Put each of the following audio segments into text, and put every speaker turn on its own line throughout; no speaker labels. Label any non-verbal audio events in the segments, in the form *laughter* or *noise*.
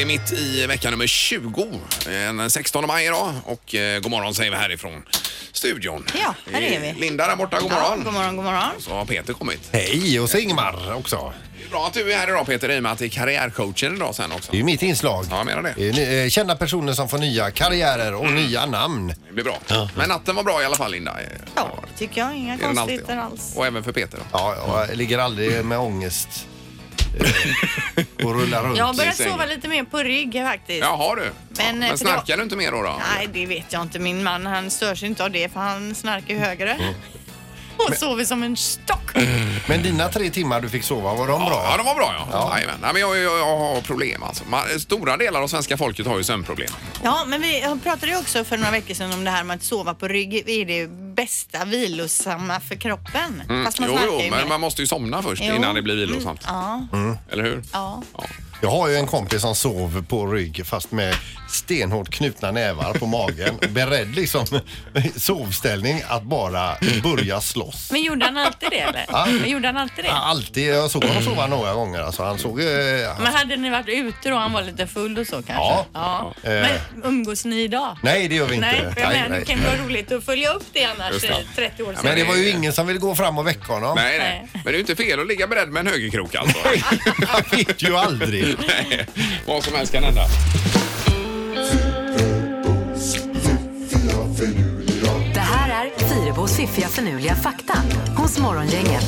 är mitt i vecka nummer 20. Den 16 maj idag och eh, god morgon säger vi härifrån studion. Eh,
Ja, här är vi.
Linda där borta, god
Ja,
morgon.
god morgon, god morgon.
Så har Peter kommit.
Hej, och så Ingmar också.
Det är Bra att du är här idag Peter i och med att det är karriärcoachen idag sen också.
Det är ju mitt inslag.
Ja, jag menar det.
Det är ny- eh, Kända personer som får nya karriärer och
Mm.
nya namn.
Det blir bra. Men natten var bra i alla fall Linda. Eh,
Ja, det tycker jag. Inga
är den alltid.
konstigheter alls.
Och även för Peter. då.
Ja, jag ligger aldrig med ångest eh, och rullar runt.
Jag har börjat
i sängen.
sova lite mer på rygg faktiskt.
Jaha du.
Men, eh,
Men
för
snarkar du inte mer då? då?
Nej, det vet jag inte. Min man han störs inte av det för han snarkar ju
Mm.
högre. *laughs* Och sover som en stock.
Men dina tre timmar du fick sova, var de
Ja,
bra?
de var bra ja. Jajamän. Nej, men jag, jag, jag har problem alltså. Man, stora delar av svenska folket har ju sömnproblem.
Ja, men vi pratade ju också för några veckor sedan om det här med att sova på rygg. Det är det bästa vilosamma för kroppen. Fast
Mm. jo,
man snarkar
jo,
ju
men
mer.
man måste ju somna först
Jo.
innan det blir vilosamt.
Ja,
Mm. Eller hur?
ja.
Jag har ju en kompis som sov på rygg fast med stenhårt knutna nävar
*laughs*
på magen. Beredd liksom *laughs* sovställning att bara börja slåss.
Men gjorde han alltid det eller? Men gjorde han alltid
Ja,
det?
Alltid, jag såg honom sova några gånger alltså. Han såg... Eh,
Men hade ni varit ute då han var lite full och så kanske?
Ja. Eh.
Men umgås ni idag?
nej, det gör vi inte.
Nej, för jag menar det kan ju vara roligt att följa upp det annars
Just det.
eh, 30 år
Men
senare.
det var ju ingen som ville gå fram och väcka honom.
Nej, nej. Men det är ju inte fel att ligga beredd med en högerkrok
*laughs*
alltså.
*laughs* Han vet ju aldrig.
nej. *laughs* Vad som helst kan hända.
Det här är Fyrabos fiffiga förnuliga fakta hos Morgongänget.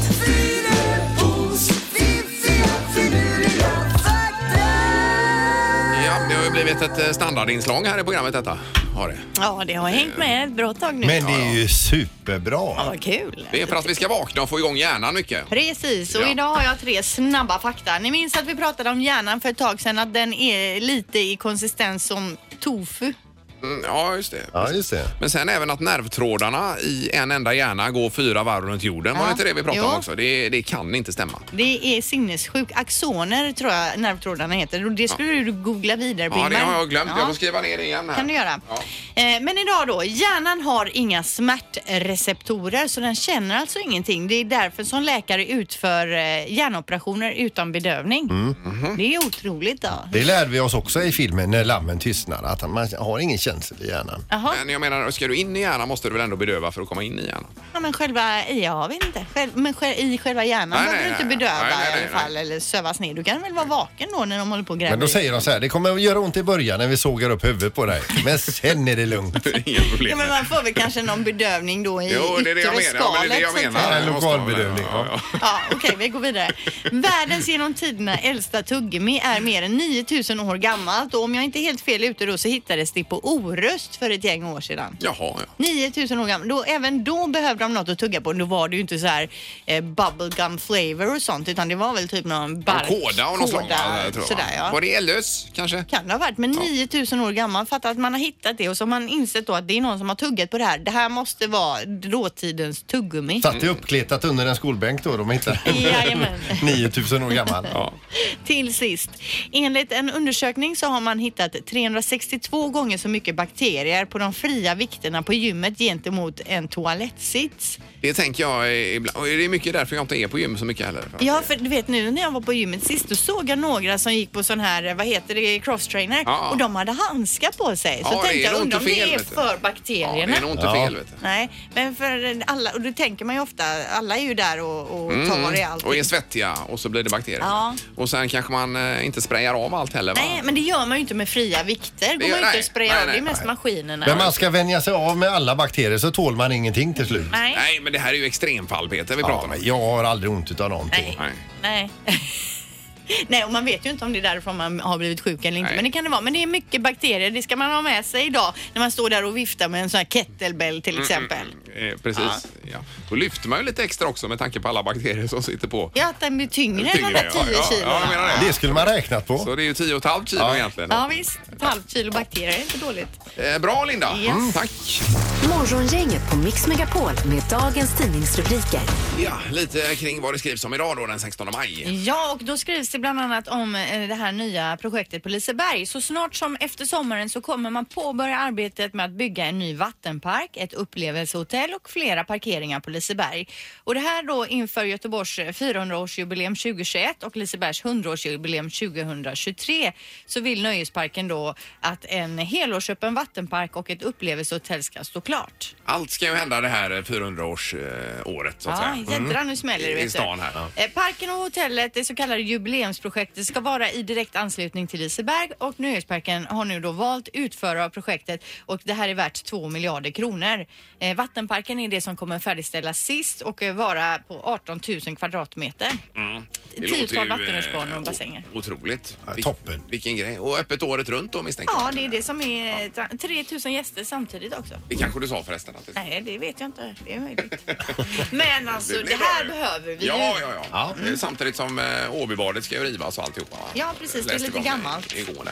Ja, det har ju blivit ett eh, standardinslag här i programmet detta. Har det.
ja, det har hängt med ett bra tag nu.
Men det är ju
Ja,
superbra.
vad kul.
Det är för att vi ska vakna och få igång hjärnan mycket.
Precis, och
Ja.
idag har jag tre snabba fakta. Ni minns att vi pratade om hjärnan för ett tag sedan, att den är lite i konsistens som tofu.
Mm, ja, just det.
Ja, just det.
Men sen även att nervtrådarna i en enda hjärna går fyra varv runt jorden. Var det
Ja.
inte det vi pratade om
Jo.
också? Det, det kan inte stämma.
Det är sinnessjuk. Axoner tror jag nervtrådarna heter. Och det skulle du googla vidare på
Ja, det
Ingmar.
har jag glömt.
Ja,
Jag får skriva ner det igen här.
kan du göra.
Ja.
Eh, Men idag då, hjärnan har inga smärtreceptorer så den känner alltså ingenting. Det är därför som läkare utför eh, hjärnoperationer utan bedövning.
Mm, mhm.
Det är otroligt då.
Det lärde vi oss också i filmen När lammen tystnar att man har ingen känsel i hjärnan.
Jaha,
Men jag menar, ska du in i hjärnan måste du väl ändå bedöva för att komma in i hjärnan? *laughs*
ja, men själva, jag vet inte, själv, men själv, i själva hjärnan
Nej,
behöver
nej,
du inte
nej.
bedöva
Nej, nej,
i
nej,
alla fall eller sövas ner. Du kan väl vara vaken då när de håller på och gräver
Men då
i?
säger de så här, det kommer att göra ont i början när vi sågar upp huvudet på dig. Men sen är det lugnt.
Inga
Ja,
problem.
men man får väl kanske någon bedövning då i
Jo, det är det jag
yttre
menar. Ja, men det är det jag
skalet, så att
menar.
säga.
Ja,
Det måste vara-
lokalbedövning,
Ja, ja.
Ja, okej, vi går vidare. Världens genom tiderna äldsta tuggummi är mer än 9000 år gammalt och om jag inte är helt fel ute då så hittades det på Orust för ett gäng år sedan.
Jaha, ja.
9000 år gammalt. Då, även då behövde de något att tugga på. Då var det ju inte så här eh, bubblegum flavor och sånt utan det var väl typ någon bark.
Någon Koda och något sånt.
koda,
va? Jag tror, va?
sådär, ja.
Var det Ellös kanske?
Kan det ha varit, men 9000 år gammal. Fattar att man har hittat det och så har man insett då att det är någon som har tuggat på det här. Det här måste vara dåtidens tuggummi.
Satt det uppkletat under en skolbänk då de hittade *laughs*
Jajamän.
9000 år gammal.
Ja.
Till sist. Enligt en undersökning så har man hittat 362 gånger så mycket bakterier på de fria vikterna på gymmet gentemot en toalettsits.
Det tänker jag är- ibland. Och Det är mycket därför jag inte är på gym så mycket heller. För att-
Ja, för du vet nu när jag var på gymmet sist då såg jag några som gick på sån här, vad heter det, crosstrainer
Ja.
och de hade handskar på sig. Så
Ja, det
tänkte
är
jag,
nog
undrar om
inte fel,
det är
vet du.
för
Ja, det
bakterierna.
är nog inte
Ja.
fel. Vet du.
Nej, men för alla, och då tänker man ju ofta, alla är ju där och, och tar i allt.
Mm. Och är svettiga och så blir det bakterier.
Ja.
Och sen kanske man eh, inte sprayar av allt heller. Va?
Nej, men det gör man ju inte med fria vikter. går
gör-
man ju
nej,
inte och sprayar
nej,
av, det
nej,
är mest maskinerna.
Men man ska vänja sig av med alla bakterier så tål man ingenting till slut.
Nej.
Nej, men det här är ju extremfall Peter vi
Ja,
pratar om.
men jag har aldrig ont utav någonting.
Nej.
Nej. *laughs* Nej, och man vet ju inte om det är därifrån man har blivit sjuk eller inte.
Nej.
Men det kan det vara. Men det är mycket bakterier. Det ska man ha med sig idag när man står där och viftar med en sån här kettlebell
Mm,
till exempel.
Eh, precis. Ja. Då lyfter man ju lite extra också med tanke på alla bakterier som sitter på.
Ja, att den blir tyngre än de
Tyngre,
där 10
ja, ja,
kilo.
Ja, jag menar det.
Det skulle man räknat på.
Så det är ju 10,5 kilo egentligen.
Ja, visst, ett halvt kilo bakterier är inte dåligt.
Eh, bra Linda,
Yes.
Mm, tack.
Morgongänget på Mix Megapol med dagens tidningsrubriker.
Ja, lite kring vad det skrivs om idag då den 16 maj.
Ja, och då skrivs sig bland annat om eh, det här nya projektet på Liseberg. Så snart som efter sommaren så kommer man påbörja arbetet med att bygga en ny vattenpark, ett upplevelsehotell och flera parkeringar på Liseberg. Och det här då inför Göteborgs 400-årsjubileum 2021 och Lisebergs 100-årsjubileum 2023 så vill nöjesparken då att en helårsöppen vattenpark och ett upplevelsehotell ska stå klart.
Allt ska ju hända det här 400-årsåret så att
Ja,
säga.
Ah,
Mm.
jädrar nu smäller det.
I-
vet
I
du.
stan här. Ja.
Eh, Parken och hotellet, det så kallade jubileumsprojektet, ska vara i direkt anslutning till Liseberg och Nöjesparken har nu då valt utförare av projektet och det här är värt 2 miljarder kronor. Eh, Vattenparken är det som kommer färdigställas sist och eh, vara på 18 000 kvadratmeter.
Det
Tiotal
låter ju, eh,
vattenrutschbanor och bassänger.
o- Otroligt.
Ja,
Vil-
toppen.
Vilken grej. Och öppet året runt då misstänker
Ja,
jag.
det är det som är eh, tra- 3 000 gäster samtidigt också.
Det kanske du sa förresten. Att det...
Nej, det vet jag inte. Det
*laughs*
är möjligt. Men alltså,
blir
det här
bra ju.
behöver vi
Ja,
ju.
ja, ja. Mm. Samtidigt som eh, Åbybadet ska ju rivas och alltihopa. Va?
Ja, precis. Det
Läste
är lite
vi om
gammalt.
Igår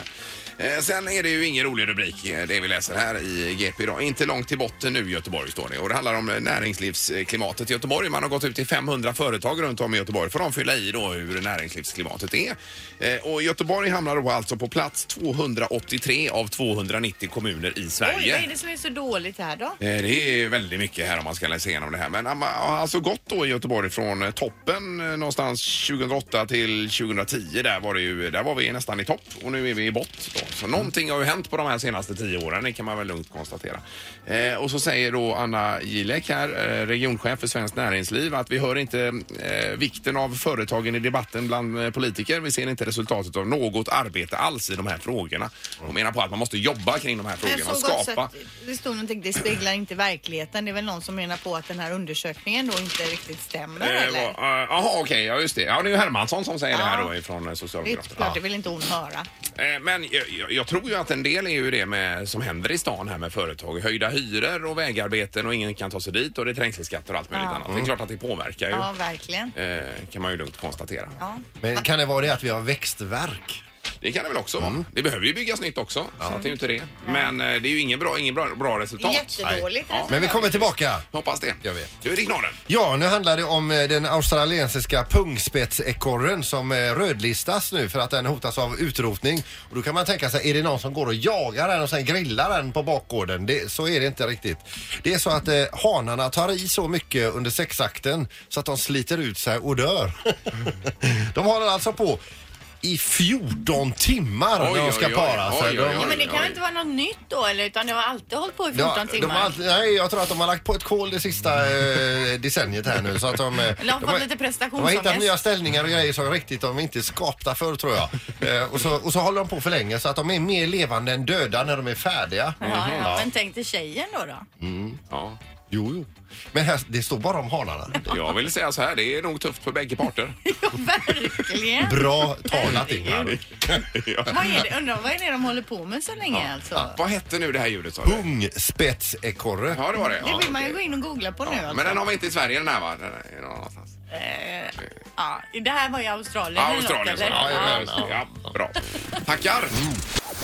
där. Eh, Sen är det ju ingen rolig rubrik eh, det vi läser här i GP idag. Inte långt till botten nu Göteborg står det. Och det handlar om eh, näringslivsklimatet i Göteborg. Man har gått ut till 500 företag runt om i Göteborg för de fylla i då hur näringslivsklimatet är. Eh, Och Göteborg hamnar då alltså på plats 283 av 290 kommuner i Sverige.
Oj, vad är det som är så dåligt här då?
Eh, Det är väldigt mycket här om man ska läsa igenom det här. Men man har alltså gått då i Göteborg från eh, toppen eh, någonstans 2008 till 2010. Där var, det ju, där var vi nästan i topp och nu är vi i bott. Då. Så någonting har ju hänt på de här senaste tio åren, det kan man väl lugnt konstatera. Eh, och så säger då Anna Gilek här, eh, regionchef för Svenskt Näringsliv, att vi hör inte eh, vikten av företagen i debatten bland eh, politiker. Vi ser inte resultatet av något arbete alls i de här frågorna. Hon menar på att man måste jobba kring de här
Jag
frågorna och
såg också
skapa.
att det stod någonting, det speglar inte verkligheten. Det är väl någon som menar på att den här undersökningen då inte riktigt stämmer
Eh,
eller?
va- eh, Jaha, okej, ja just det. Ja, det är ju Hermansson som säger det här
Ja.
då ifrån eh,
Det är klart,
Socialdemokraterna.
det vill inte hon höra.
Eh, Men jag, jag- jag tror ju att en del är ju det med, som händer i stan här med företag. Höjda hyror och vägarbeten och ingen kan ta sig dit och det är trängselskatter och allt möjligt annat. Det är klart att det påverkar ju.
Mm. Ja, verkligen.
Eh, kan man ju lugnt konstatera.
Ja.
Men kan det vara det att vi har växtverk?
Det kan det väl också vara.
Mm.
Det behöver ju byggas nytt också. Så att det är ju inte det. Men eh, det är ju ingen bra, ingen bra, bra
Det är
resultat.
jättedåligt.
Nej.
här.
Men vi kommer tillbaka.
Hoppas det.
Jag vet.
Du är det knorren.
Ja, nu handlar det om eh, den australiensiska pungspetsekorren som eh, rödlistas nu för att den hotas av utrotning. Och då kan man tänka sig, är det någon som går och jagar den och sen grillar den på bakgården? Det, så är det inte riktigt. Det är så att eh, hanarna tar i så mycket under sexakten så att de sliter ut sig och dör. *laughs* de har den alltså på i 14 timmar
Oj,
när de ska
oj, oj.
para sig.
Oj, oj, oj.
De-
Ja, men det
Oj,
kan väl
oj.
inte vara något nytt då eller? Utan det har alltid hållit på i 14
Ja, de
timmar.
har alltid, nej, jag tror att de har lagt på ett kol det sista eh, decenniet här nu. Så att de, eh,
de har fått lite
de har hittat
prestationsångest.
nya ställningar och grejer som riktigt de inte är skapta för tror jag. Eh, och, så, och så håller de på för länge så att de är mer levande än döda när de är färdiga. Mhm.
Ja,
Mm-hmm.
ja. Men tänk till tjejen då. då.
Ja.
Jo, jo. Men här, det står bara om hanarna.
Jag vill säga så här, det är nog tufft för bägge parter.
Ja, *laughs* verkligen.
Bra talat Ingmar.
ja.
Vad är det? Undrar vad är det de håller på med så länge alltså?
Vad hette nu det här ljudet sa du?
Pungspetsekorre.
Ja, det var det.
Det
Ja,
vill man ju
okej.
gå in och googla på nu
Men
alltså.
den har vi inte i Sverige den här va? Den är någon annanstans.
Ja, det här var i Australien.
Eh, Ja,
eller något,
Australien. så.
eller?
Ja, ja, ja, ja, bra. Tackar!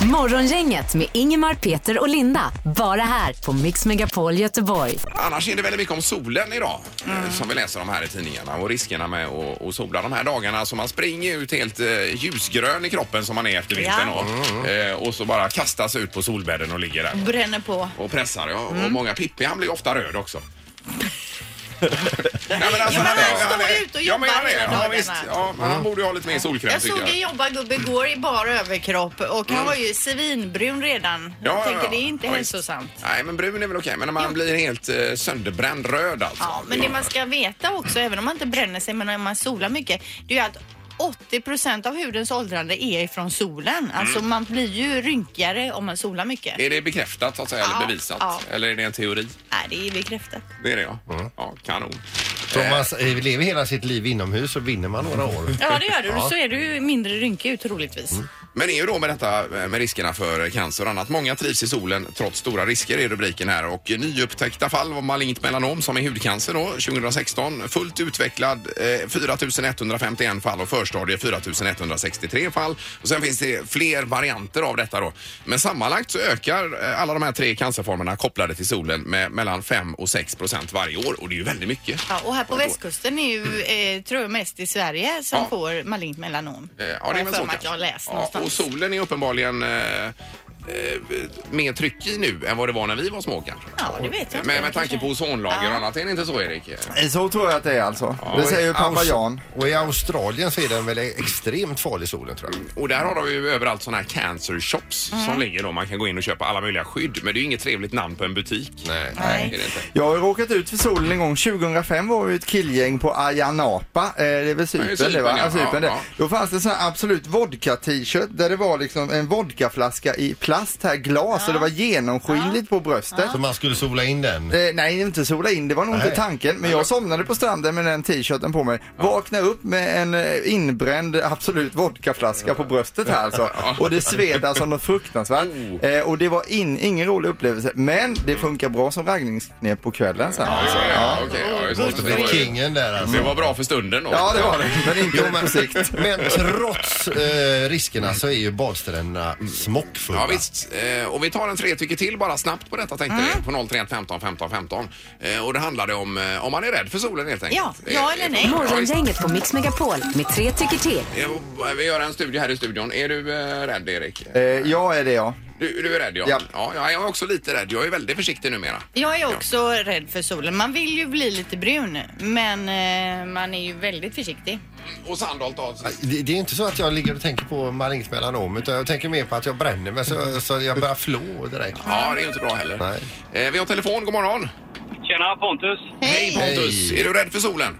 Morgongänget med Ingemar, Peter och Linda. Bara här på Mix Megapol Göteborg.
Annars är det väldigt mycket om solen idag
Mm.
eh, som vi läser om här i tidningarna och riskerna med att att sola de här dagarna. Så man springer ut helt eh, ljusgrön i kroppen som man är efter vintern och, eh, och så bara kastas ut på solbädden och ligger där
Bränner på.
och pressar. Ja.
Mm.
Och många Pippi han blir ju ofta röd
*laughs*
också. Nej, men alltså,
Ja, men han
är-
står
är-
ju ute och
ja, men
jobbar
han är-
hela
ja,
dagarna.
visst. Ja, men han borde ju ha lite mer solkräm
Jag
tycker
såg
jag. Mm.
en jobbargubbe igår i bar överkropp och han var ju svinbrun redan.
Ja, ja,
jag tänker
ja.
det är inte
Ja, visst.
hälsosamt.
Nej, men brun är väl okej, men när man blir helt eh, sönderbränd röd alltså.
Ja, men det man ska veta också, även om man inte bränner sig men om man solar mycket, det är ju att 80 av hudens åldrande är ifrån
Mm.
solen. Alltså man blir ju rynkigare om man solar mycket.
Är det bekräftat så att säga,
Ja,
eller bevisat?
ja.
Eller är det en teori?
Nej, det är bekräftat.
Det är det ja. Ja, kanon.
Så om man s- eh, lever hela sitt liv inomhus så vinner man några år.
Ja, det gör du. Så är du mindre rynkig ut troligtvis.
Men det är ju då med detta eh, med riskerna för cancer och annat. Många trivs i solen trots stora risker i rubriken här och nyupptäckta fall var malignt melanom som är hudcancer då 2016. Fullt utvecklad eh, 4151 fall och förstadie 4163 fall. Och sen finns det fler varianter av detta då. Men sammanlagt så ökar eh, alla de här tre cancerformerna kopplade till solen med mellan 5 och 6 procent varje år och det är ju väldigt mycket.
Ja, och här på västkusten är ju, eh, tror jag, mest i Sverige som
Mm. Ja.
får malignt melanom.
Eh, Ja,
Har
det är
jag
väl
för
så
mig att
kanske.
jag har läst
ja,
någonstans.
Och solen är uppenbarligen eh, eh, mer tryck i nu än vad det var när vi var små kanske.
Ja, det vet jag
Men
inte.
med tanke på ozonlager och annat, är det inte så Erik?
Så tror jag att det är alltså. Det säger ju pappa
Aus-
Jan.
Och i Australien så är den väl extremt farlig solen tror jag.
Och där har de ju överallt sådana här cancer shops
Mm.
som ligger då. Man kan gå in och köpa alla möjliga skydd. Men det är ju inget trevligt namn på en butik.
Nej.
Är det inte?
Jag har ju råkat ut för solen en gång. 2005 var vi ett killgäng på Ayia Napa. Eh, det är väl
Ja, i
Cypern
Cypern,
det va?
ja.
Ja, Cypern, det.
Ja,
Då fanns det sån här Absolut Vodka-t-shirt där det var liksom en vodkaflaska i plast här, glas och det var genomskinligt på bröstet.
Så man skulle sola in den.
Eh, nej, inte sola in. Det var nog
Nej.
inte tanken. Men jag somnade på stranden med den t-shirten på mig. Vaknade upp med en eh, inbränd Absolut vodkaflaska på bröstet här alltså. Och det sved alltså något fruktansvärt. Eh, och det var in, ingen rolig upplevelse. Men det funkar bra som raggningsknep på kvällen sen alltså.
Ja,
Ja.
ja, okej, ja, just det.
Måste
Så det
bli
var ju-
kingen där alltså.
Det var bra för stunden då.
Ja, det var det. Men
Jo,
inte på
men,
sikt.
men trots eh, riskerna så är ju badstränderna smockfulla.
Ja, visst. Eh, och vi tar en tre tycker till bara snabbt på detta
Mm.
tänkte vi. På 031 15 15 15. Eh, och det handlade om eh, om man är rädd för solen helt enkelt.
Ja, ja
Eh,
eller nej.
visst.
Morgongänget på Mix Megapol med tre tycker till.
Eh, Vi gör en studie här i studion. Är du eh, rädd, Erik?
Eh, ja, är det ja.
Du, du är rädd, ja.
Ja.
ja. ja, Jag är också lite rädd. Jag är väldigt försiktig numera.
Jag är också rädd för solen. Man vill ju bli lite brun, men eh, man är ju väldigt försiktig.
Och Sandholt då?
Det, det är inte så att jag ligger och tänker på malignt melanom utan jag tänker mer på att jag bränner mig så, så jag börjar flå direkt.
Ja, det är ju inte bra heller.
Nej.
Eh, vi har telefon. God morgon.
Tjena Pontus!
Hej Pontus!
Hej.
Är du rädd för solen?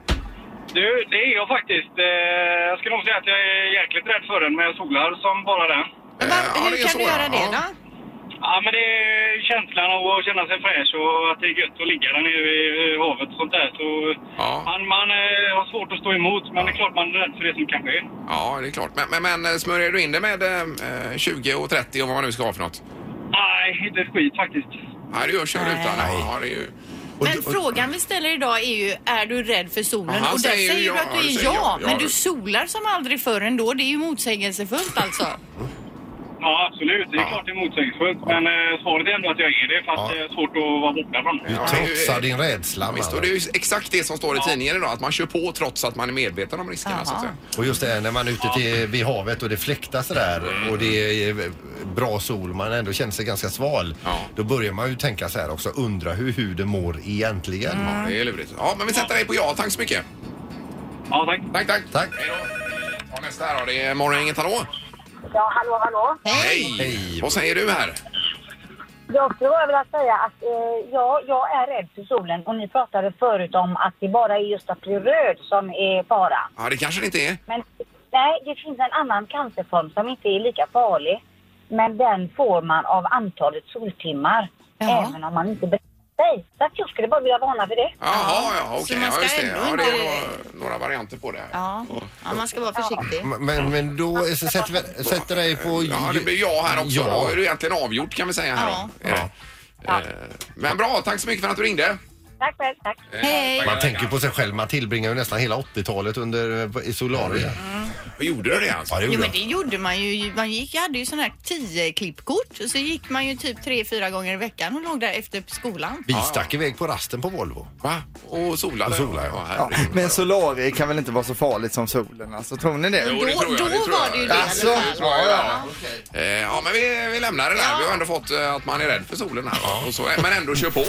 Du, det är jag faktiskt. Eh, jag skulle nog säga att jag är jäkligt rädd för den, men jag solar som bara den.
Va,
Eh, ja,
hur
det är
kan
så,
du
ja.
göra det
Ja.
då?
Ja, men det är känslan av att känna sig fräsch och att det är gött att ligga där nere i havet och sånt där. Så
Ja.
man, man eh, har svårt att stå emot, men det är klart man är rädd för det som kan ske.
Ja, det är klart. Men, men, men eh, smörjer du in det med eh, 20 och 30 och vad man nu ska ha för något?
Nej, inte ett skit faktiskt.
Nej, du gör kör
Nej.
utan. Ja, det är ju...
Men frågan vi ställer idag är ju, är du rädd för solen?
Aha,
och där
säger
säger
jag,
du att du
säger
är
jag,
ja,
ja.
men du solar som aldrig förr ändå. Det är ju
*laughs*
motsägelsefullt alltså.
Ja, absolut. Det är klart det är motsägelsefullt, men eh, svaret är ändå att jag är det, fast
Ja.
det är svårt att vara borta från det.
Du trotsar din rädsla.
Visst, och
Man.
det är ju exakt det som står i tidningen idag, att man kör på trots att man är medveten om riskerna. Så att säga.
Och just det här när man är ute till, vid havet och det fläktas
Mm.
där och det är eh, bra sol man ändå känner sig ganska sval.
Ja.
Då börjar man ju tänka så här också, undra hur huden mår egentligen.
Ja, det är
Mm.
lurigt. Ja, men vi sätter dig på ja. Tack så mycket.
Ja, tack.
Tack, tack.
Tack.
Hej då. Ja, nästa här då. Det är Morgongänget. Hallå!
Ja, hallå, hallå.
Hej.
Hej.
Vad säger du här?
Jag skulle bara vilja säga att eh, ja, jag är rädd för solen och ni pratade förut om att det bara är just att bli röd som är fara.
Ja, det kanske det inte är.
Men nej, det finns en annan cancerform som inte är lika farlig. Men den får man av antalet soltimmar,
Ja.
även om man inte bränner sig. Så att jag skulle bara vilja varna för det.
Jaha, ja, okej.
Så man
ja,
ska
just det.
ändå
Ja, det är
inte-
några, några varianter på det. här.
Ja. ja, man ska vara försiktig.
Eh,
Men- Men, men då är- så sätter, vi- sätter dig på...
Ja, det blir jag här också.
Ja.
Då är det egentligen avgjort kan vi säga här.
Ja.
då. Är det? Eh, Men bra, tack så mycket för att du ringde.
Tack själv, tack.
Hej!
Man tänker på sig själv, man tillbringar ju nästan hela 80-talet under, eh, i solaria.
Gjorde du det alltså?
Ja, det
Jo
gjorde
men
jag.
det gjorde man ju. Man gick, jag hade ju sån här 10 klippkort. Så gick man ju typ tre fyra gånger i veckan och låg där efter skolan.
Vi stack iväg på rasten på Volvo.
Va? Och solade?
Och solade, ja.
Ja,
herregud.
men solarier kan väl inte vara så farligt som solen alltså, tror ni det?
Jo, det
Då-
tror jag,
då
det tror
var
jag.
det ju det.
Alltså,
i
ja,
alla fall.
ja.
Eh, Ja, men vi, vi lämnar det där. Vi har ändå fått eh, att man är rädd för solen här. va? Och så, men ändå kör på.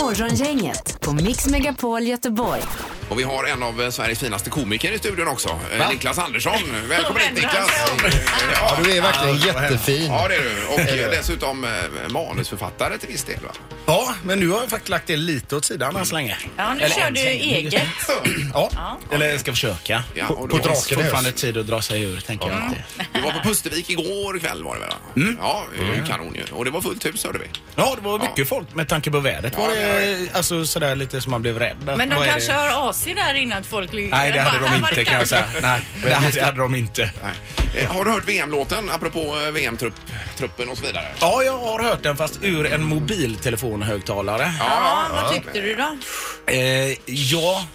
Morgongänget på Mix Megapol Göteborg.
Och vi har en av eh, Sveriges finaste komiker i studion också. eh, Niklas Andersson. Välkommen hit Niklas. Eh,
Ja, du är verkligen jättefin.
Ja, det är du. Och eh, dessutom eh, manusförfattare till viss del. Va?
Ja, men nu har jag faktiskt lagt det lite åt sidan än så länge.
Ja, nu
Eller
kör
än
du
så länge. *laughs*
eget.
Ja. Eller jag ska försöka.
Ja, och
på
då-
draken.
Fortfarande tid att dra sig ur, tänker jag alltid.
Vi var på Pustervik igår kväll var det väl? va? Ja, det är ju kanon ju. Och det var fullt hus hörde vi.
Ja, det var mycket folk med tanke på vädret. Var
Ja,
det alltså sådär lite som man blev rädd?
Men de
Vad är
kanske
det?
har AC där innan att folk ligger
Nej, det
där.
hade
Bara,
de
"Här var
inte
det
kan jag
kallt."
säga. Nej, det hade de inte.
Nej. Eh, Har du hört VM-låten apropå eh, VM-truppen och så vidare?
Ja, jag har hört den fast ur en mobiltelefonhögtalare.
Ja,
Vad tyckte du då?
Eh, ja...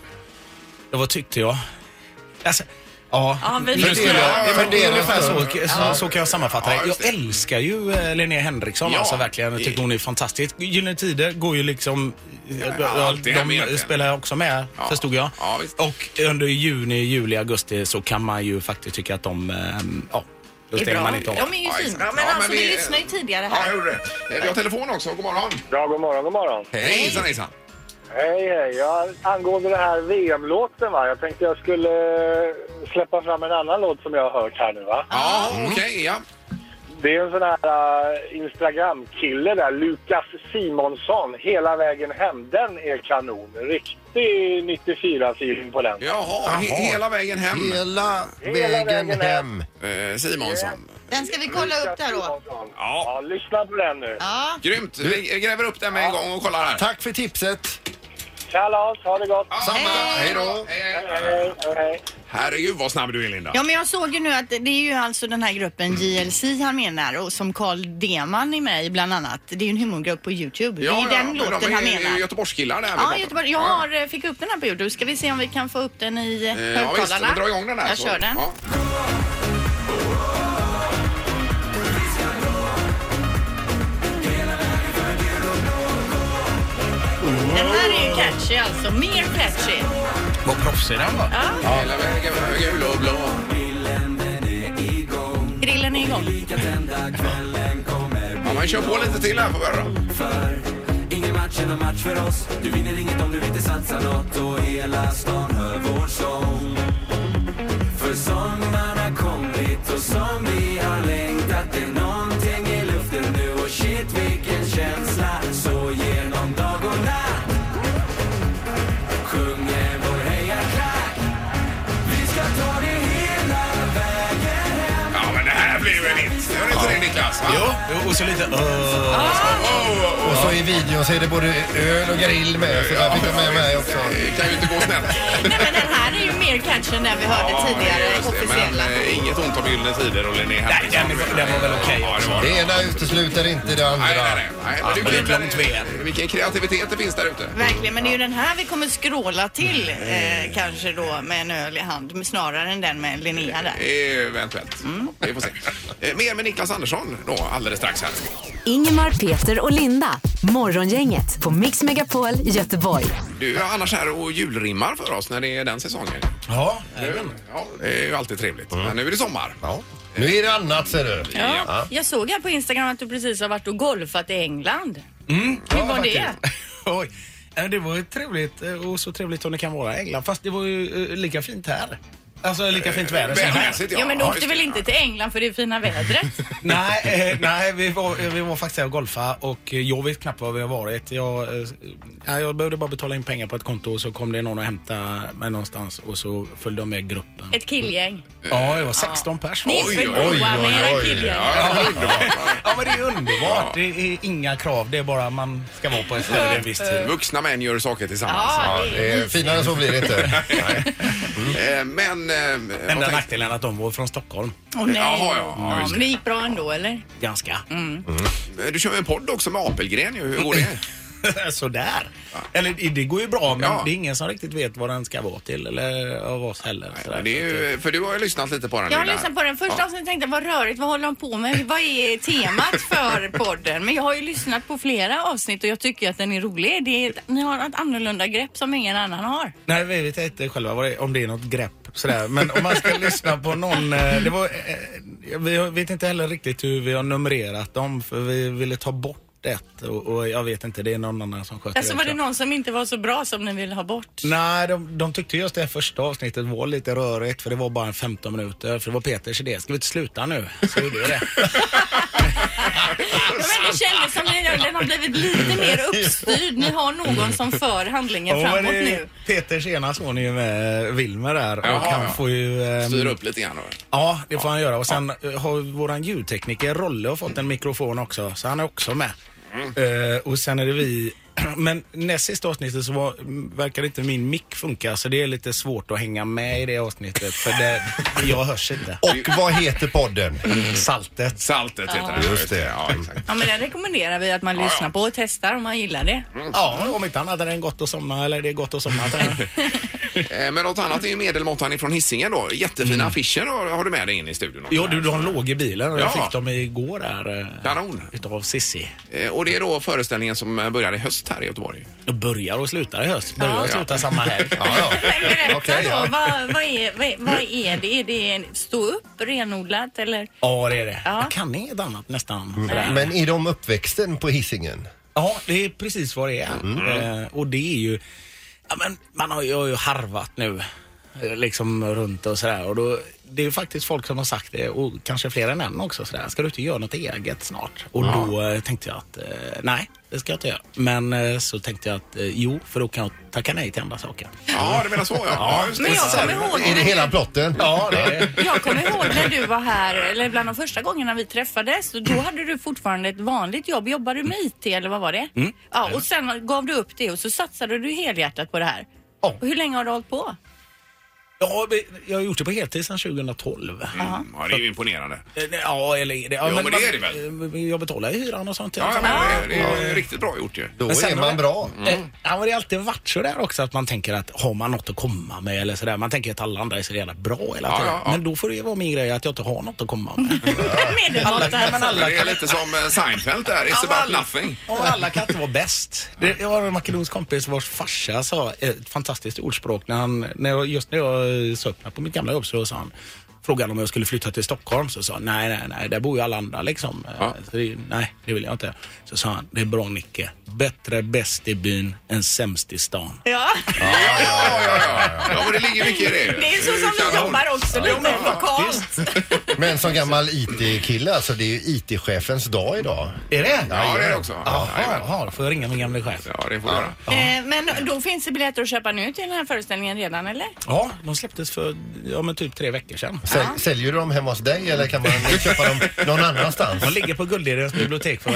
ja, vad tyckte jag? Alltså, ja.
Ja, vi
Nu skulle
förstår.
jag, men det är ungefär så,
Ja.
så, så kan jag sammanfatta
Ja,
det.
just
Jag älskar ju eh, Linnea Henriksson
Ja.
alltså verkligen. Jag tycker hon är fantastisk. Gyllene Tider går ju liksom...
ja, alltid hem
de
egentligen.
spelar också med,
Ja.
förstod jag.
Ja, visst.
Och under juni, juli, augusti så kan man ju faktiskt tycka att de... eh, Ja, då stänger man inte av.
De är ju
Ja, exakt.
svinbra.
Ja,
Men
men
alltså, vi...
vi-
lyssnar ju tidigare
Ja, jag
här.
gjorde det. Eh, Vi har telefon också. God morgon.
Ja, god morgon, god morgon.
Hej. Hejsan, hejsan.
Hej, hej. Ja, angående den här VM-låten, va. Jag tänkte jag skulle eh, släppa fram en annan låt som jag har hört här nu, va.
Ja, okej. Ja.
Det är en sån här uh, Instagram-kille där, Lukas Simonsson, hela vägen hem. Den är kanon. Riktig 94-feeling på den.
Jaha, he- hela vägen hem.
Hela
Hela vägen
vägen hem.
Eh, Simonsson.
Den ska vi kolla upp där då.
Simonsson.
Ja.
ja, lyssna på den nu.
Ja,
Grymt. Vi gräver upp den med en gång och kollar här.
Tack för tipset.
Kalas, ha det gott!
Samma.
Hej då.
Hej, hej.
Hej, hej, hej.
Herregud vad snabb du är Linda.
ja men jag såg ju nu att det är ju alltså den här gruppen JLC han menar och som Carl Deman är med i bland annat. Det är ju en humorgrupp på Youtube. det är ju den
men de
låten han
är ju
menar.
Göteborgskillar där vi pratar
Ja,
om.
Göteborg. Jag har, eh, fick upp den här på Youtube. Ska vi se om vi kan få upp den i eh,
Eh, Ja, visst,
högtalarna?
vi drar igång den här.
Jag
så-
kör den.
Ja.
Den här är ju catchy alltså. Mer catchy.
Vad proffsig den var.
Hela vägen med gul och blå.
Grillen är igång.
Ja, men kör på lite till här på början.
Ingen match är någon match för oss Du vinner inget om du inte satsar något Och hela stan hör vår sång För sommaren har kommit och som vi har längtat Det är någonting i luften nu och shit vilken känsla Så genom dag och natt Sjunger vår hejarklack Vi ska ta det hela vägen
Ja, men det här blir väl inte... Gör inte det Niklas? va?
Jo, jo, och så lite... eh,
Åh,
Och så i videon så är det både öl och grill med. Så där fick jag med mig också.
Det kan ju inte gå snett.
Nej men den här är ju mer catchy än den vi hörde tidigare
just det.
officiella.
Men eh, inget ont om Gyllene Tider och Linnea Henriksson.
den var- den var väl okej
Ja, det var det.
Det ena utesluter inte det andra.
Nej, nej, nej. nej men
Ja,
du,
men det är ett
vilken-
långt VM.
Vilken kreativitet det finns där ute.
Verkligen, men det är ju den här vi kommer skråla till
Mm.
eh, kanske då med en öl i hand men snarare än den med Linnea där.
Eventuellt. Vi får se. Eh, Mer med Niklas Andersson då alldeles strax här.
Ingemar, Peter och Linda. Morgongänget på Mix Megapol Göteborg.
Du är annars här och julrimmar för oss när det är den säsongen.
Ja,
Ja, det är ju alltid trevligt.
Mm.
Men nu är det sommar.
Ja. Nu är det annat ser du.
Ja.
Jag såg här på Instagram att du precis har varit och golfat i England.
Mm.
Hur var det?
*laughs* Oj. Eh, Det var ju trevligt eh, och så trevligt som det kan vara i England. Fast det var ju eh, lika fint här. Alltså lika fint väder som här.
Eh, Vädermässigt,
Ja, men du åkte
just
väl
det.
inte till England för det fina
*laughs*
vädret?
Nej, eh, nej vi, var, eh, vi var faktiskt här och golfa och eh, jag vet knappt var vi har varit. Jag, eh, ja, jag behövde bara betala in pengar på ett konto och så kom det någon och hämtade mig någonstans och så följde de med gruppen.
Ett killgäng.
Eh.
Ja, det var 16 pers.
Ni är
Oj,
för
oj,
goa
oj,
med era
oj.
killgäng.
Ja, det är underbart.
Ja, men det är underbart. Det är inga krav. Det är bara man ska vara på ett ställe vid en viss tid.
Vuxna män gör saker tillsammans.
Ja, det
Det är- Finare än så blir det
*laughs*
inte.
Eh, Men... eh, vad
Enda
tänkte-
nackdelen är att de var från Stockholm.
Åh, nej.
Jaha, ja. Ja, just
men det gick bra ändå, eller?
Ganska.
Mm. Eh, Du kör ju en podd också med Apelgren ju. Hur går *laughs* det?
*laughs* Sådär. Eller det- det går ju bra men
Ja.
det är ingen som riktigt vet vad den ska vara till eller av oss heller. sådär.
Men det är ju, för du har ju lyssnat lite på den.
Jag har
Linda.
lyssnat på den första
Ja.
avsnittet och tänkte vad rörigt, vad håller de på med? Vad är temat för podden? Men jag har ju lyssnat på flera avsnitt och jag tycker att den är rolig. Det är ett, ni har ett annorlunda grepp som ingen annan har.
Nej, vi vet inte själva vad det är, om det är något grepp sådär. Men om man ska
*laughs*
lyssna på någon. eh, Det var, eh, vi har- vet inte heller riktigt hur vi har numrerat dem för vi ville ta bort ett och, och jag vet inte, det är någon annan som sköter
Alltså
det.
var det
tror jag.
någon som inte var så bra som ni ville ha bort?
Nej, de, de tyckte just det här första avsnittet var lite rörigt för det var bara 15 minuter. För det var Peters idé. Ska vi inte sluta nu? Så
*laughs*
gjorde vi det.
Ja, men det kändes som att den har blivit lite
*laughs*
mer uppstyrd. Ni har någon som för handlingen
Ja, men
framåt
det är ju-
nu.
Peters ena son är ju med eh, Wilmer där och
Jaha,
han
ja.
får ju... ehm,
Styr upp lite grann. då.
Ja, det får han göra. Och sen eh, har våran Mm. ljudtekniker Rolle har fått en mikrofon också, så han är också med. Eh, och sen är det vi *clears throat* Men näst sista avsnittet så var, verkade inte min mick funka så det är lite svårt att hänga med i det avsnittet för det, jag hörs inte.
Och vad heter podden?
Saltet.
Saltet heter
Ja.
den. Just det. Ja, exakt. *laughs*
Ja, men det rekommenderar vi att man lyssnar på och testar om man gillar det.
Ja, om inte annat är det gott att somna, eller det är gott att somna.
Eh, Men något annat är ju medelmåttan från Hisingen då. Jättefina affischer har, har du med dig in i studion. också.
Jo, du, de låg i bilen och jag
Ja.
fick dem igår här. eh,
Kanon.
Utav Sissi.
Eh, Och det är då föreställningen som eh, börjar i höst här i Göteborg.
De börjar och slutar i höst. Börjar och slutar samma helg.
Men *laughs* berätta
Okej,
då,
ja.
vad, vad, är, vad, är- vad är det? Är det en- stå upp renodlat eller?
Ja, det är det. Jag kan inget annat nästan. Sådär.
Men är de uppväxten på Hisingen?
Ja, det är precis vad det är.
Mm.
Eh, och det är ju... Ja, men man har ju, jag har ju harvat nu, eh, liksom runt och sådär. Och då, det är ju faktiskt folk som har sagt det, och kanske fler än en också, sådär. ska du inte göra något eget snart? Och då eh, tänkte jag att eh, nej, det ska jag inte göra. Men eh, så tänkte jag att eh, jo, för då kan jag tacka nej till andra saker.
Ja, du menar så ja. ja just det.
Men jag kommer ihåg
Är det hela plotten?
*laughs* Ja, det är
Jag kommer ihåg när du var här, eller bland de första gångerna vi träffades, och då hade du fortfarande ett vanligt jobb. Jobbade du med IT eller vad var det?
Mm.
Ja, och sen gav du upp det och så satsade du helhjärtat på det här. Och hur länge har du hållit på?
Ja, men jag har gjort det på heltid sedan 2012.
Mm. Ja, det är ju imponerande.
Eh, Ja, eller... Ja,
Jo, men det är det
väl? Jag betalar ju hyran och sånt.
Ja, men det, det är ju riktigt bra gjort ju.
Då
Men sen
är
har
man
det-
bra.
Mm. Ja, men det har alltid varit så där också att man tänker att har man något att komma med eller sådär. Man tänker att alla andra är så jävla bra hela
Ja,
tiden.
ja, ja.
Men då får det vara min grej att jag inte har något att komma med.
*laughs*
*laughs*
Medelmåttan.
men alla,
Det är lite som eh, Seinfeld där, It's
Ja, men
about
alla-
nothing.
och alla kan inte vara bäst. Det, jag har en makedonsk kompis vars farsa sa ett fantastiskt ordspråk när han, när jag, just när jag eh, sa upp mig på mitt gamla jobb så sa han Frågade han om jag skulle flytta till Stockholm så sa han nej, nej, nej, där bor ju alla andra liksom. Eh,
Ja.
Så det, nej, det vill jag inte. Så sa han, det är bra Nicke. Bättre bäst i byn än sämst i stan.
Ja,
Ja, ja, ja, ja. ja men det ligger mycket i det ju.
det är så som vi
Kanon.
jobbar också lite lokalt.
Men som gammal IT-kille, alltså det är ju IT-chefens dag idag.
Är det?
Ja, det är det också.
Jaha,
Jajamän.
jaha, får jag ringa min gamle chef?
Ja, det får du göra.
Eh, Men då finns det biljetter att köpa nu till den här föreställningen redan eller?
Ja, de släpptes för ja, men typ tre veckor sedan.
Säl, Säljer du dem hemma hos dig eller kan man köpa dem någon annanstans?
De ligger på Guldedens bibliotek för att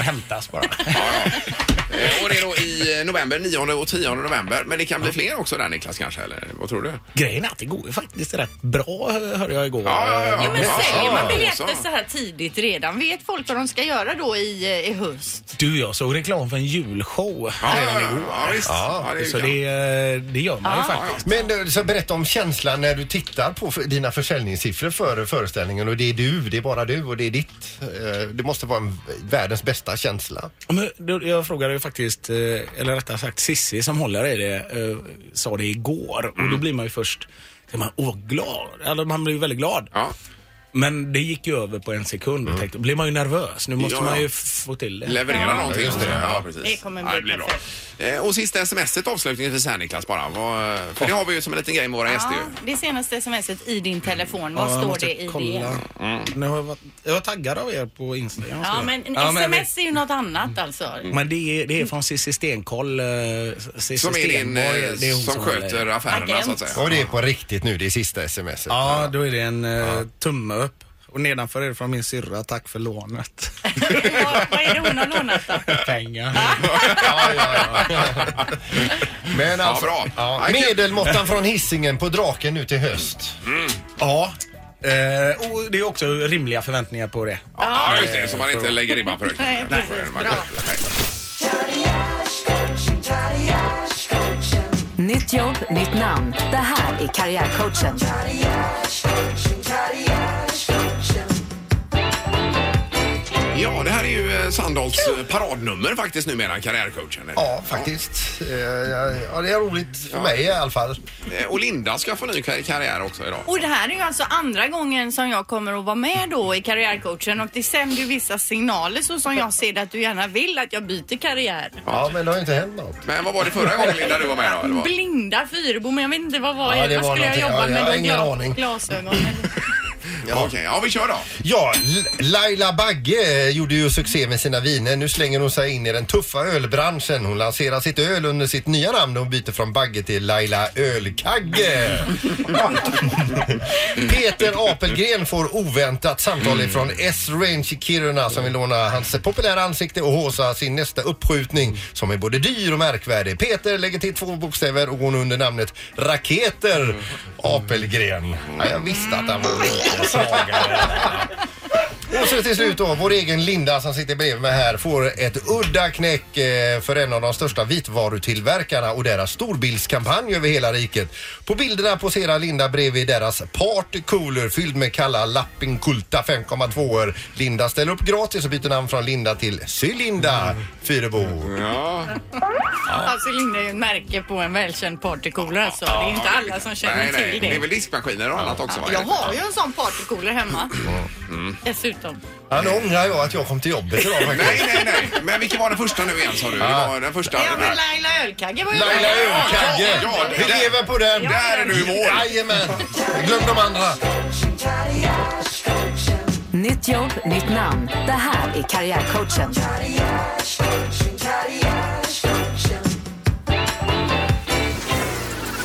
*laughs*
hämtas bara.
Eh, Och det är då i november, 9 och 10 november. Men det kan bli fler också där Niklas kanske, eller vad tror du?
Grejen är att det går ju faktiskt rätt bra, hö- hörde jag igår.
Ja, ja, ja.
Ja, men
Ja,
säljer man
ja,
biljetter
så.
så här tidigt redan? Vet folk vad de ska göra då i, eh, i höst?
Du, jag såg reklam för en julshow
Ja,
redan
ja,
igår.
ja, visst. Ja, det är ju
Så
klart.
det, eh, det gör man ju faktiskt.
Men eh, så berätta om känslan när du tittar på för- dina försäljningssiffror för föreställningen och det är du, det är bara du och det är ditt. Eh, Det måste vara en, världens bästa känsla.
Men då- jag frågade ju faktiskt, eh, eller rättare sagt Sissi som håller i det, eh, sa det igår.
Mm.
Och då blir man ju först, så är man, åh, glad. Eller man blir ju väldigt glad.
Ja.
Men det gick ju över på en sekund. Mm. Tänkte, då blir man ju nervös. Nu måste
Ja,
man
ja.
ju f- få till det.
Leverera någonting. Just det, ja, precis.
Det kommer
ja,
bli
det blir bra. Eh, Och sista smset avslutningsvis här Niklas bara. Vad, eh, För det har vi ju som en liten grej med våra gäster ju.
det senaste smset i din telefon, vad
Ja, jag
står
måste
det i
kolla.
det?
Nu har jag, varit, jag var taggad av er på Instagram.
Ja,
så-
men en
Ja, men-
sms är ju något annat alltså.
Men det är, det är från Cissi Stenkoll. eh, Cissi
Som är din,
Stenborg,
eh,
det är hon
som sköter
håller i.
affärerna
Agent.
så att säga.
Och det är på riktigt nu, det är sista sms.
Ja, då är det en eh, tumme upp. Och nedanför är det från min syrra, tack
*laughs*
för lånet.
*laughs* vad, vad är det hon har lånat då?
Pengar.
Ja, ja, ja. Men
Ja,
alltså,
bra.
ja, medelmåttan från hissingen på draken nu till höst.
Ja. Eh, och det är också rimliga förväntningar på det.
Ja, just det. Så man inte lägger ribban
*laughs*
för högt. Nej,
Nytt jobb, nytt namn. Det här är Karriärcoachen.
Ja, det här är ju eh, Sandholts eh, paradnummer faktiskt numera, karriärcoachen.
Ja, faktiskt. Eh, Ja, det är roligt för mig i alla fall.
Eh, Och Linda ska få ny kar- karriär också idag.
Och det här är ju alltså andra gången som jag kommer att vara med då i Karriärcoachen och det sänder ju vissa signaler så som jag ser det att du gärna vill att jag byter karriär.
Ja, men det har ju inte hänt något.
Men vad var det förra gången Linda du var med då? eller vad?
Blinda Fyrebo, men jag vet inte vad var
Ja,
jag-
det
Vad
var
skulle jag
någonting.
jobba
Ja, jag
med
har
då?
ingen *laughs*
Gla-
aning.
Glasögon eller?
Ja. Okej, ja vi kör då.
Ja, L- Laila Bagge gjorde ju succé med sina viner. Nu slänger hon sig in i den tuffa ölbranschen. Hon lanserar sitt öl under sitt nya namn och byter från Bagge till Laila Ölkagge. Peter Apelgren får oväntat samtal ifrån S-Range i Kiruna som vill låna hans populära ansikte och håsa sin nästa uppskjutning som är både dyr och märkvärdig. Peter lägger till två bokstäver och går nu under namnet Raketer Apelgren. Ja, jag visste att han var lite svagare. Och så till slut då, vår egen Linda som sitter bredvid mig här får ett udda knäck eh, för en av de största vitvarutillverkarna och deras storbildskampanj över hela riket. På bilderna poserar Linda bredvid deras partycooler fylld med kalla Lappinkulta 5,2 er Linda ställer upp gratis och byter namn från Linda till Cylinda Fyrebo.
Ja.
Alltså Linda är ju ett märke på en välkänd partycooler alltså. Det är inte alla som känner
Nej, nej.
till
Det är
det.
väl diskmaskiner och annat också? va?
Jag har ju en sån partycooler hemma. Dessutom.
Mm, Ja, nu ångrar jag att jag kom till jobbet idag faktiskt.
Nej, nej, nej. Men vilken var den första nu igen sa du? Det var den första.
Ja
den
men
här.
Laila Ölkagge var ju
Laila
med.
Ölkagge!
Ja, det-
Vi
där-
lever på den!
där är du i mål.
Jajamän! Glöm de andra.
Nytt jobb, nytt namn. Det här är Karriärcoachen.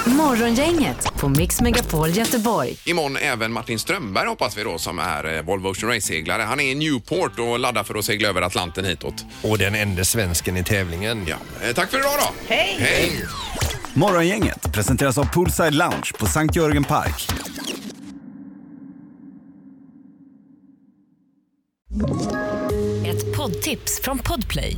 Morgongänget på Mix Megapol Göteborg.
Imorgon även Martin Strömberg hoppas vi då som är eh, Volvo Ocean Race-seglare. Han är i Newport och laddar för att segla över Atlanten hitåt.
Och den enda svensken i tävlingen.
Ja. Eh, Tack för idag då! Hej! Hej.
Morgongänget presenteras av Poolside Lounge på Sankt Jörgen Park.
Ett poddtips från Podplay.